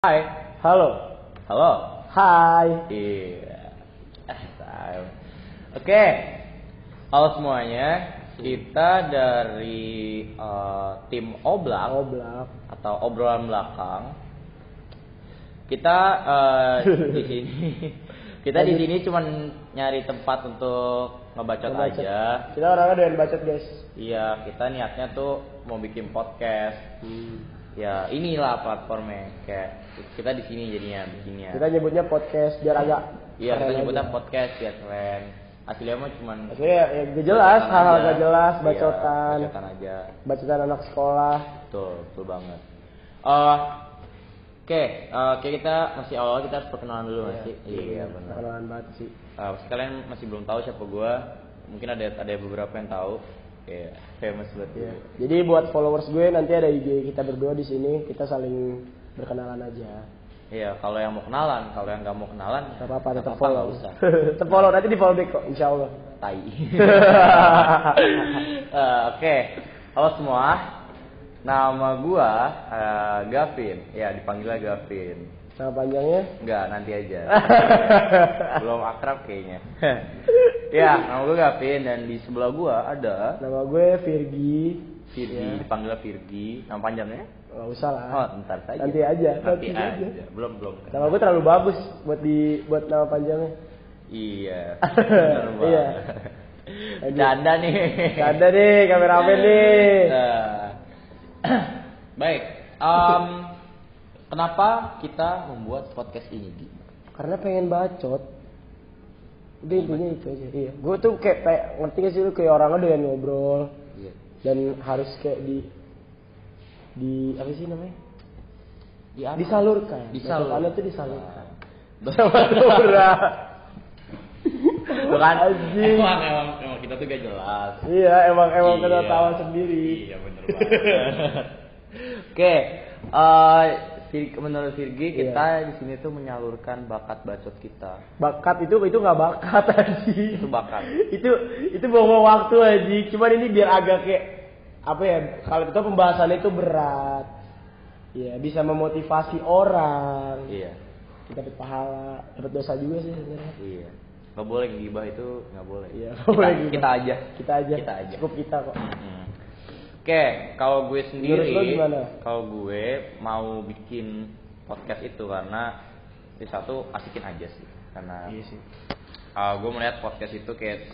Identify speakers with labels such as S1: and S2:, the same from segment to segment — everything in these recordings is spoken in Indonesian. S1: Hai, halo,
S2: Halo.
S1: hai.
S2: Iya. Ah, tahu. Oke. Halo semuanya. Kita dari eh, tim Oblak
S1: Oblak.
S2: atau obrolan belakang. Kita eh, di sini kita di sini cuman nyari tempat untuk ngebacot
S1: Ngebacot.
S2: aja.
S1: Kita orangnya doyan bacot guys.
S2: Iya, kita niatnya tuh mau bikin podcast. Ya, inilah platformnya. Kayak kita di sini jadinya bikinnya.
S1: Kita nyebutnya podcast biar agak.
S2: ya. Iya,
S1: keren
S2: kita nyebutnya
S1: aja.
S2: podcast biar keren. Aslinya mah cuman
S1: Maksudnya ya gak jelas,
S2: bacotan
S1: hal-hal
S2: aja.
S1: gak jelas,
S2: Iya,
S1: bacotan,
S2: bacotan aja.
S1: bacotan anak sekolah.
S2: Betul, betul banget. Eh, Oke, eh, kayak kita masih awal kita harus perkenalan dulu masih. Iya, benar.
S1: Kenalan banget sih.
S2: Eh, pasti kalian masih belum tahu siapa gua. Mungkin ada ada beberapa yang tahu. Kayak famous banget
S1: Iya.
S2: ya.
S1: Jadi buat followers gue nanti ada IG kita berdua di sini, kita saling berkenalan aja.
S2: Iya, kalau yang mau kenalan, kalau yang nggak mau kenalan,
S1: Gak
S2: nggak
S1: apa-apa, tetap
S2: apa-apa,
S1: follow.
S2: nggak usah.
S1: tetap follow, nanti di follow back kok, insya Allah.
S2: tai. Eh, Oke, halo semua. Nama gua eh, Gavin. Ya dipanggilnya Gavin.
S1: Nama panjangnya,
S2: Enggak, nanti aja. Belum akrab kayaknya. ya, nama gua Gavin dan di sebelah gua ada
S1: nama gue Virgi.
S2: Virgi,
S1: Iya.
S2: dipanggilnya Virgi. Nama panjangnya?
S1: Gak usah lah.
S2: Oh, ntar saja.
S1: Ah. Nanti aja,
S2: Nanti,
S1: nanti
S2: aja.
S1: aja.
S2: Belum, belum.
S1: Nama gue terlalu bagus buat di buat nama panjangnya.
S2: Iya. Bener banget.
S1: Iya.
S2: Bercanda nih.
S1: Gak ada deh, kameramen deh.
S2: Eh, Nah. Baik. Em, kenapa kita membuat podcast ini? Di?
S1: Karena pengen bacot. Udah intinya itu aja. Iya. Gue tuh kayak, kayak ngerti gak sih lu kayak orangnya doyan ngobrol
S2: Iya.
S1: dan harus kayak di di apa sih namanya?
S2: Di apa?
S1: Disalurkan.
S2: Disalurkan.
S1: Bacotannya tuh disalurkan.
S2: Berat. Bukan.
S1: Anjing.
S2: Emang, emang, emang kita tuh gak jelas.
S1: Iya, emang emang
S2: Iya.
S1: kena tawa sendiri.
S2: Iya bener banget. Oke, eh, Sir- menurut Sirgi
S1: Iya.
S2: kita di sini tuh menyalurkan bakat bacot kita.
S1: Bakat itu itu nggak bakat anjing.
S2: Itu bakat.
S1: itu itu bawa waktu aja cuman ini biar agak kayak apa ya kalau kita pembahasannya itu berat ya bisa memotivasi orang
S2: Iya.
S1: kita dapat pahala dapat dosa juga sih sebenarnya
S2: Iya. Nggak boleh gibah itu nggak boleh.
S1: Iya, nggak
S2: kita,
S1: boleh gibah.
S2: kita aja.
S1: kita aja
S2: Kita aja.
S1: cukup kita kok
S2: Mm. Oke, kalau gue sendiri,
S1: Menurut lo gimana?
S2: kalau gue mau bikin podcast itu karena di satu asikin aja sih, karena
S1: iya sih
S2: uh, gue melihat podcast itu kayak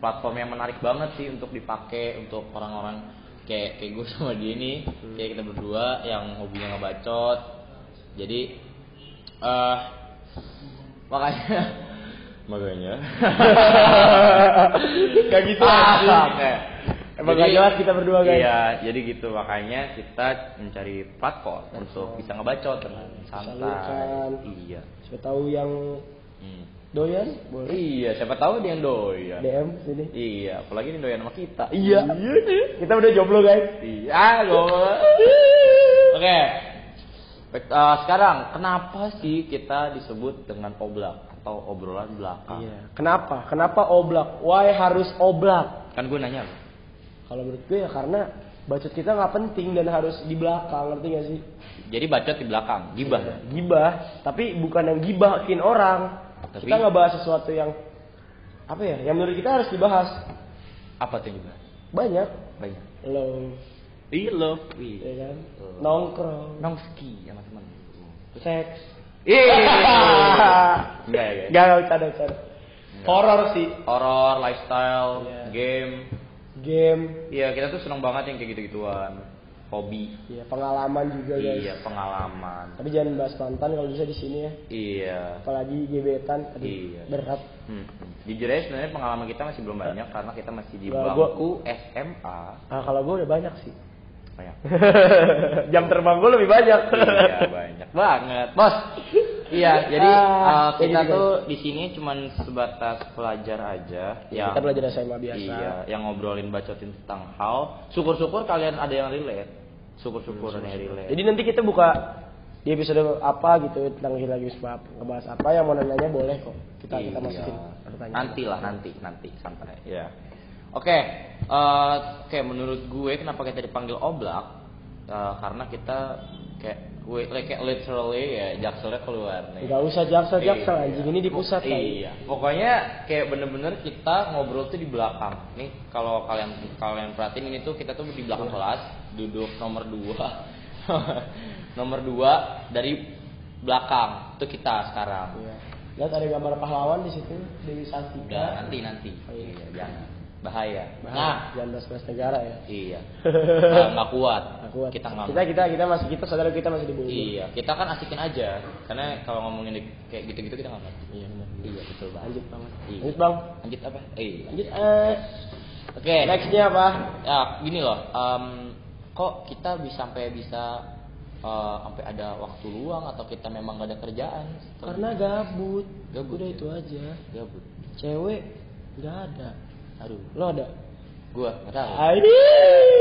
S2: platform yang menarik banget sih untuk dipakai untuk orang-orang kayak kayak gue sama dia ini
S1: Hmm.
S2: kayak kita berdua yang hobinya ngebacot jadi eh makanya makanya
S1: Gak gitu, anjing. Emang gak jelas kita berdua,
S2: Ah,
S1: guys.
S2: iya jadi gitu makanya kita mencari platform untuk bisa ngebacot dengan santai
S1: Salurkan.
S2: iya
S1: siapa tahu yang
S2: Hmm.
S1: doyan boleh
S2: iya siapa tahu dia yang doyan
S1: dm sini
S2: Iya, apalagi ini doyan sama kita.
S1: Iya. kita udah jomblo guys
S2: Iya, goblok. Oke. Baik, eh, sekarang kenapa sih kita disebut dengan oblak atau obrolan belakang?
S1: iya kenapa kenapa oblak why harus oblak
S2: Kan gue nanya. lo.
S1: Kalau menurut gue ya karena bacot kita nggak penting dan harus di belakang, ngerti gak sih?
S2: Jadi bacot di belakang, gibah.
S1: Iya. Gibah, tapi bukan yang gibahin orang.
S2: Tapi-
S1: Kita nggak bahas sesuatu yang apa ya? Yang menurut kita harus dibahas
S2: Apa tuh gibah?
S1: banyak.
S2: Banyak.
S1: Lo,
S2: Ih, lo.
S1: ya kan?
S2: Oh.
S1: Nongkrong,
S2: Nongski sama teman.
S1: seks.
S2: Ih.
S1: Hahaha.
S2: Enggak ya.
S1: Gak gak bercanda bercanda. Horor sih.
S2: Horor, lifestyle,
S1: Iya.
S2: game.
S1: Game,
S2: Iya, kita tuh seneng banget yang kayak gitu-gituan. Hobi.
S1: ya pengalaman juga guys.
S2: Iya, pengalaman.
S1: Tapi jangan bahas mantan kalau bisa di sini ya.
S2: Iya.
S1: Apalagi gebetan, aduh,
S2: Iya.
S1: berat.
S2: Hmm. Jujur aja sebenarnya pengalaman kita masih belum banyak karena kita masih di
S1: Nah, gua-
S2: bangku SMA.
S1: Ah, kalau gue udah banyak sih.
S2: Banyak.
S1: Jam terbang gue lebih banyak.
S2: iya, banyak banget. Bos. Iya, jadi
S1: Ah,
S2: uh,
S1: ya
S2: kita
S1: gitu,
S2: tuh di sini cuman sebatas pelajar aja
S1: Ya, kita belajar SMA biasa.
S2: Iya, yang ngobrolin bacotin tentang hal. Syukur-syukur kalian ada yang relate. Syukur-syukur
S1: Hmm,
S2: ada yang relate.
S1: Jadi nanti kita buka di episode apa gitu tentang Hilal Yusbab ngebahas apa yang mau nanya boleh kok kita kita
S2: Iya.
S1: masukin pertanyaan
S2: Nanti lah, nanti, nanti santai. Ya. Oke, eh, kayak menurut gue kenapa kita dipanggil oblak? Eh, karena kita kayak we, like kayak literally ya jakselnya keluar nih
S1: Nggak usah jaksel jaksel
S2: Iya.
S1: anjing ini di pusat
S2: Pok- iya pokoknya kayak bener-bener kita ngobrol tuh di belakang nih kalau kalian kalian perhatiin ini tuh kita tuh di
S1: Iya.
S2: belakang kelas duduk nomor dua nomor dua dari belakang tuh kita sekarang
S1: Iya. Lihat ada gambar pahlawan di situ Dewi Santika.
S2: udah nanti nanti
S1: Oh, iya.
S2: iya jangan bahaya, nah
S1: Bahaya, jangan bahas negara ya.
S2: iya Nah, nggak kuat.
S1: Nggak kuat.
S2: kita nggak
S1: kita gitu. kita kita masih kita saudara kita masih di bumi.
S2: Iya, kita kan asikin aja. Karena kalau ngomongin di- kayak gitu-gitu kita nggak ngerti.
S1: Iya, benar.
S2: Iya, betul banget.
S1: Lanjut bang.
S2: Iya.
S1: Lanjut bang.
S2: Lanjut apa? Eh,
S1: Lanjut. Eh,
S2: Oke.
S1: nextnya apa?
S2: Ya, gini loh. em, kok kita bisa sampai bisa eh, sampai ada waktu luang atau kita memang gak ada kerjaan?
S1: Karena gabut.
S2: Gabut,
S1: Udah
S2: ya.
S1: itu aja.
S2: gabut.
S1: Cewek nggak ada.
S2: Aduh,
S1: Lo ada?
S2: gua nggak tahu.
S1: Aidi.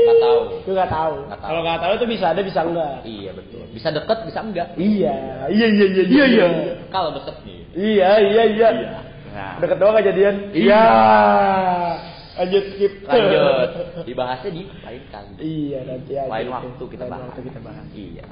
S2: Nggak tahu.
S1: Gue nggak tahu.
S2: Nggak tahu.
S1: Kalau nggak tahu itu bisa ada bisa enggak.
S2: Iya betul. Bisa deket, bisa enggak?
S1: Iya. Iya iya iya iya iya.
S2: Kalau deket nih.
S1: Iya iya iya.
S2: Nah,
S1: Deket doang nggak jadian.
S2: Iya.
S1: Lanjut skip.
S2: lanjut. Dibahasnya di lain kali.
S1: Iya nanti aja.
S2: lain
S1: itu.
S2: waktu kita
S1: Lain
S2: bahas.
S1: waktu kita bahas.
S2: Iya.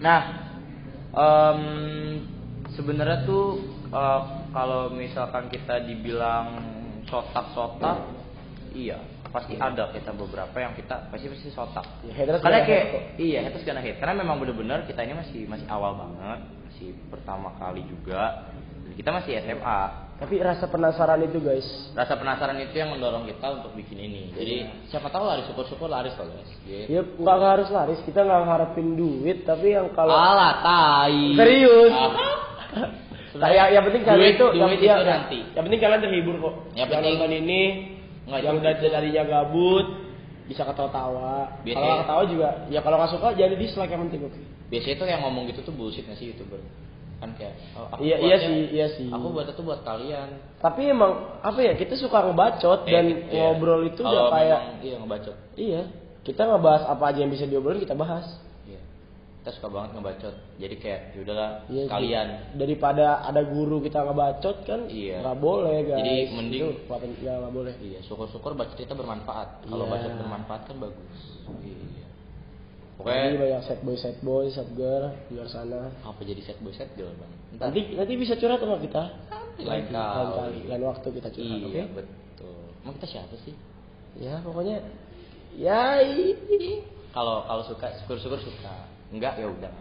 S2: Nah, em, sebenarnya tuh eh, kalau misalkan kita dibilang sotak-sotak, iya pasti ada kita beberapa yang kita pasti pasti sotak.
S1: Ya, haters
S2: karena
S1: gonna
S2: kayak
S1: hate kok.
S2: iya haters gonna hate. Karena memang bener-bener kita ini masih masih awal banget, masih pertama kali juga. Dan Kita masih SMA,
S1: Tapi rasa penasaran itu guys.
S2: rasa penasaran itu yang mendorong kita untuk bikin ini. Jadi
S1: Iya.
S2: siapa tahu laris, syukur-syukur laris kalau Gitu.
S1: Ya nggak harus laris. Kita nggak harapin duit. Tapi yang kalau
S2: Alah, tai.
S1: Serius.
S2: Ah.
S1: Kayak Ya, yang, yang penting kalian
S2: duit,
S1: itu yang, ya.
S2: duit itu
S1: yang-
S2: nanti.
S1: Yang penting kalian terhibur kok.
S2: Yang penting-
S1: nonton ini
S2: Nggak,
S1: yang
S2: itu-
S1: udah tadinya gabut bisa ketawa-tawa.
S2: Biar
S1: Kalau
S2: kayak-
S1: nggak ketawa juga ya kalau nggak suka jadi dislike yang penting oke.
S2: Biasanya tuh yang ngomong gitu tuh bullshit nggak sih youtuber? Kan kayak. oh, aku
S1: Iya iya
S2: buatnya-
S1: sih iya sih.
S2: Aku buat itu buat kalian.
S1: Tapi emang apa ya kita suka ngebacot dan
S2: Eh, iya.
S1: ngobrol itu udah
S2: Kalau
S1: kayak
S2: memang- iya ngebacot.
S1: iya kita ngebahas apa aja yang bisa diobrolin kita bahas.
S2: Iya. Kita suka banget ngebacot. Jadi kayak yaudahlah
S1: Iya, sih.
S2: kalian.
S1: daripada ada guru kita ngebacot kan
S2: Iya.
S1: nggak boleh guys.
S2: Jadi mending-
S1: Itu nggak- nggak boleh.
S2: Iya, syukur-syukur bacot kita bermanfaat. Kalau
S1: Iya.
S2: bacot bermanfaat kan bagus. Iya.
S1: Jadi
S2: Pokoknya
S1: banyak set boy, set boy, set girl di luar sana.
S2: apa jadi set boy set girl bang? Ntar
S1: Nanti nanti bisa curhat sama kita.
S2: lain kali.
S1: kali, Kan, lain waktu kita curhat,
S2: Iya
S1: oke?
S2: betul. Emang kita siapa sih?
S1: Ya pokoknya ya i-
S2: Kalau kalau suka syukur-syukur suka. Enggak ya udah.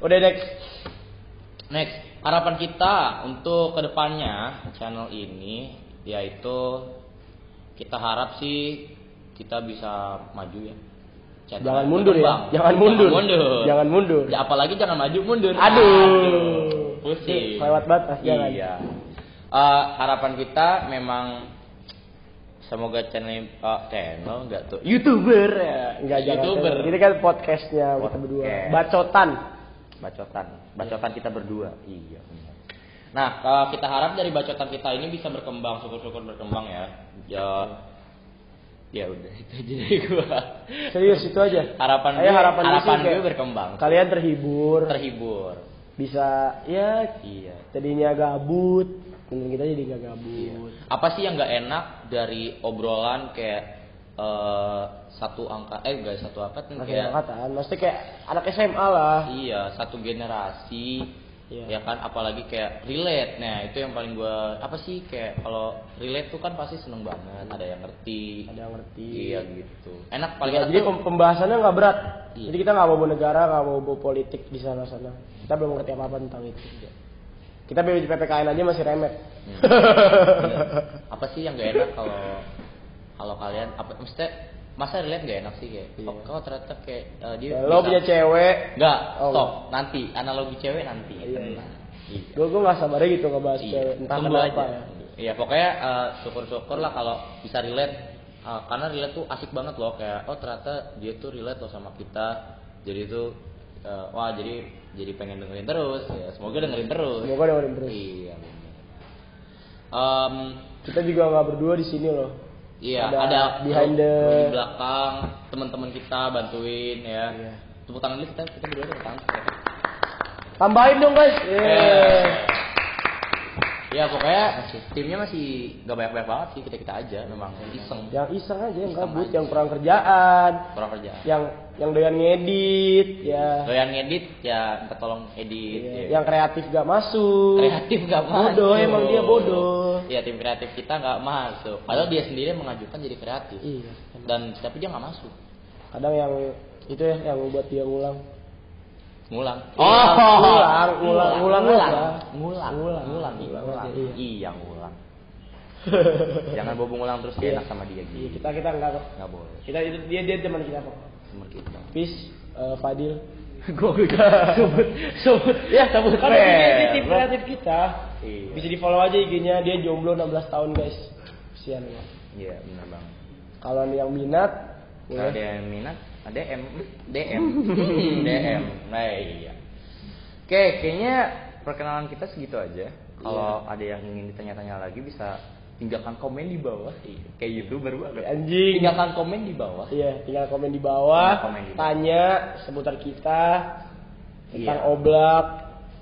S1: udah next.
S2: Next, harapan kita untuk kedepannya channel ini yaitu kita harap sih kita bisa maju ya. Channel
S1: Jangan
S2: ini
S1: mundur
S2: berkembang.
S1: ya. Jangan mundur.
S2: Jangan mundur.
S1: Jangan mundur.
S2: Ya, apalagi jangan maju mundur.
S1: Aduh.
S2: Pusing.
S1: Lewat batas, jangan.
S2: Iya. Eh, harapan kita memang semoga channel eh, channel enggak tuh
S1: Youtuber ya. Enggak jangan.
S2: Youtuber.
S1: Ini kan podcastnya kita berdua.
S2: Podcast.
S1: Bacotan.
S2: bacotan bacotan kita berdua iya benar. Iya. nah kalau kita harap dari bacotan kita ini bisa berkembang syukur-syukur berkembang ya ya ya udah itu aja dari gua
S1: Serius itu aja.
S2: harapan gue,
S1: Saya harapan,
S2: harapan,
S1: gue sih
S2: gue
S1: kayak
S2: berkembang
S1: Kalian terhibur,
S2: terhibur
S1: bisa ya
S2: iya
S1: tadinya gabut, mungkin kita jadi nggak gabut.
S2: apa sih yang nggak enak dari obrolan kayak eh, satu angka eh guys satu angka nih
S1: Masih
S2: kayak
S1: angkatan, maksudnya kayak anak SMA lah.
S2: Iya, satu generasi.
S1: Iya.
S2: Ya kan apalagi kayak relate. Nah, itu yang paling gua apa sih kayak kalau relate tuh kan pasti seneng banget, ada yang ngerti.
S1: Ada yang ngerti.
S2: Iya gitu. Enak paling
S1: Nah,
S2: enak.
S1: jadi
S2: tuh-
S1: pem- pembahasannya nggak berat.
S2: Iya.
S1: Jadi kita nggak mau bawa negara, nggak mau bawa politik di sana sana. Kita belum ngerti apa apa tentang itu.
S2: Iya.
S1: Kita BPJS PPKN aja masih remet.
S2: Hmm. Iya. apa sih yang gak enak kalau kalau kalian apa maksudnya masa relate gak enak sih kayak kok
S1: Iya.
S2: kok ternyata kayak eh, dia
S1: Ya, Lo punya cewek,
S2: Enggak,
S1: Oh,
S2: stop. Nanti analogi cewek nanti.
S1: Iya, iya.
S2: Tenang. Iya.
S1: gue gue nggak sabar gitu ngebahas
S2: Iya,
S1: cewek. Entah
S2: tunggu
S1: kenapa
S2: aja.
S1: ya.
S2: Iya, pokoknya eh, syukur-syukur lah kalau bisa relate. Eh, karena relate tuh asik banget loh kayak oh ternyata dia tuh relate loh sama kita. Jadi tuh eh, wah jadi jadi pengen dengerin terus ya. Semoga dengerin terus.
S1: Semoga dengerin terus.
S2: Iya. bener. Em,
S1: Kita juga nggak berdua di sini loh.
S2: iya
S1: Ada
S2: ada,
S1: behind the-
S2: di belakang teman-teman kita bantuin ya.
S1: Iya.
S2: Tepuk tangan ya. dulu kita kita berdua tepuk tangan. Iya.
S1: Iya. Tambahin dong guys. Yeay.
S2: Eh. ya pokoknya timnya masih gak banyak-banyak banget sih kita-kita aja memang iseng
S1: yang iseng aja yang
S2: Iseng
S1: kabut
S2: aja.
S1: yang kurang kerjaan
S2: kurang kerja
S1: yang yang doyan ngedit ya
S2: doyan ngedit ya minta tolong edit ya.
S1: Iya, yang kreatif gak masuk
S2: kreatif gak masuk
S1: bodoh emang dia bodoh
S2: ya tim kreatif kita gak masuk padahal dia sendiri mengajukan jadi kreatif
S1: iya
S2: dan tapi dia gak masuk
S1: kadang yang itu ya yang buat dia ngulang
S2: ngulang
S1: Oh.
S2: Iya.
S1: Ngulang,
S2: ngulang
S1: ngulang, ngulang, ngulang
S2: ngulang
S1: aja.
S2: ngulang
S1: Ngulang,
S2: ngulang
S1: ngulang
S2: ngulang.
S1: aja, iya.
S2: iya ngulang jangan bobo ngulang terus
S1: Iya.
S2: kayak enak sama dia
S1: Iya,
S2: gitu
S1: kita kita enggak kok
S2: nggak boleh
S1: kita itu dia dia teman kita kok
S2: sama kita
S1: Fis eh, Fadil
S2: gue sebut sebut ya sebut
S1: kan dia, dia tim kreatif kita
S2: Iya.
S1: bisa di follow aja IG-nya dia jomblo 16 tahun guys kesian ya
S2: iya benar bang
S1: kalau ada yang minat
S2: kalau ada
S1: boleh
S2: yang minat ada DM DM DM nah iya oke kayaknya perkenalan kita segitu aja kalau ada yang ingin ditanya-tanya lagi bisa tinggalkan komen di bawah Iya, kayak youtuber banget
S1: anjing
S2: tinggalkan komen di bawah
S1: Iya, tinggal komen di bawah,
S2: Tinggal komen di bawah.
S1: tanya seputar kita tentang
S2: Iya.
S1: oblak,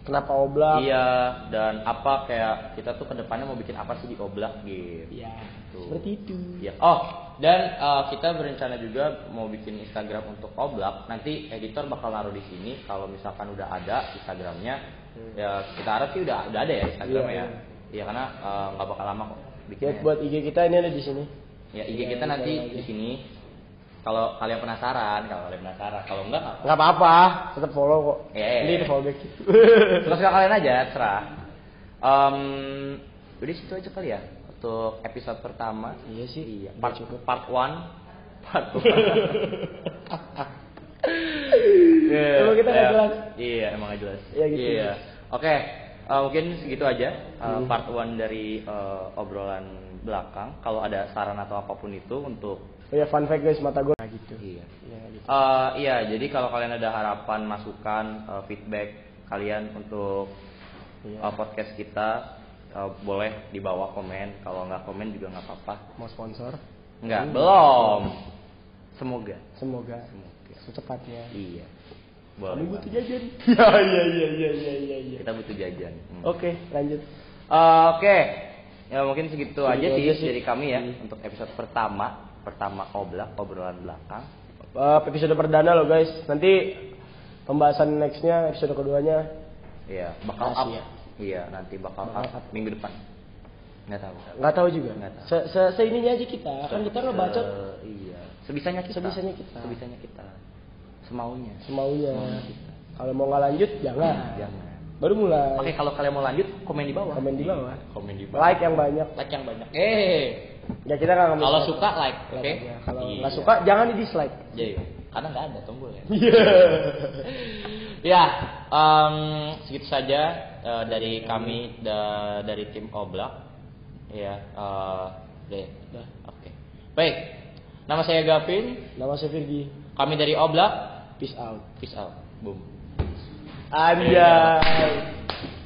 S1: kenapa oblak.
S2: iya dan apa kayak kita tuh kedepannya mau bikin apa sih di oblak gitu
S1: Iya,
S2: Tuh.
S1: seperti itu.
S2: Iya. Oh, dan eh, kita berencana juga mau bikin Instagram untuk Oblak. Nanti editor bakal naruh di sini kalau misalkan udah ada Instagramnya. Ya kita harap sih udah udah ada ya Instagramnya
S1: Hmm. Iya,
S2: ya. Iya karena eh, nggak bakal lama kok bikinnya.
S1: Buat, buat IG kita ini ada di sini.
S2: Ya IG
S1: Iya,
S2: kita
S1: iya,
S2: nanti
S1: iya, iya.
S2: di sini. Kalau kalian penasaran, kalau kalian penasaran, kalau enggak nggak
S1: Nggak apa-apa, tetap follow kok.
S2: Iya, iya,
S1: Ini
S2: iya.
S1: follow back.
S2: Terus kalian aja, terserah. Em, udah situ aja kali ya untuk episode pertama.
S1: Iya sih,
S2: Iya.
S1: udah
S2: Part
S1: cukup.
S2: part one. Part one. Iya,
S1: Emang kita nggak
S2: iya.
S1: jelas.
S2: Iya, emang nggak jelas.
S1: Iya, gitu. Hmm.
S2: Iya. Oke, eh, mungkin segitu aja eh, part one dari eh, obrolan belakang. Kalau ada saran atau apapun itu untuk
S1: Oh ya, fun fact guys, mata gue. Nah gitu.
S2: Iya.
S1: Iya, gitu.
S2: Eh, iya, jadi kalau kalian ada harapan, masukan, eh, feedback kalian untuk
S1: Iya.
S2: eh, podcast kita eh, boleh di bawah komen. Kalau nggak komen juga nggak apa-apa.
S1: Mau sponsor?
S2: Nggak,
S1: Hmm.
S2: belum. Semoga.
S1: Semoga ya.
S2: Semoga.
S1: secepatnya.
S2: Iya.
S1: Kami
S2: Boleh.
S1: butuh
S2: Bang.
S1: jajan. Iya, iya, iya, iya, iya, iya. iya.
S2: Kita butuh jajan. Hmm.
S1: Oke, lanjut.
S2: Eh, Oke. Ya mungkin segitu aja
S1: aja
S2: sih,
S1: sih. Hmm.
S2: dari kami ya untuk episode pertama, pertama oblak obrolan belakang.
S1: Eh, episode perdana loh guys. Nanti pembahasan nextnya episode keduanya
S2: Iya, bakal up.
S1: Makasih ya.
S2: Iya, nanti bakal,
S1: Bakal
S2: up
S1: up.
S2: minggu depan. Nggak tahu.
S1: nggak tahu juga.
S2: Nggak tahu.
S1: Se -se Seininya aja kita. Kan kita ngebacot
S2: Se- iya sebisanya kita
S1: Sebisanya kita.
S2: sebisanya kita semaunya
S1: semaunya.
S2: Semaunya kita.
S1: Kalau mau nggak lanjut jangan.
S2: jangan
S1: Baru mulai.
S2: Iya. oke kalau kalian mau lanjut komen di bawah
S1: iya.
S2: Iya.
S1: Komen di bawah.
S2: komen di bawah
S1: Like ya. yang banyak.
S2: like yang banyak eh
S1: Ya kita nggak ngemis-
S2: kalau suka like oke
S1: Like aja. Kalau
S2: Iya.
S1: nggak suka jangan di dislike.
S2: jadi karena nggak ada tombolnya
S1: Iya.
S2: ya em, segitu saja eh, dari kami da- dari tim oblak ya eh, deh
S1: Dah.
S2: oke baik nama saya Gavin
S1: Nama saya Virgi.
S2: kami dari oblak
S1: Peace out.
S2: peace out boom
S1: Anjay.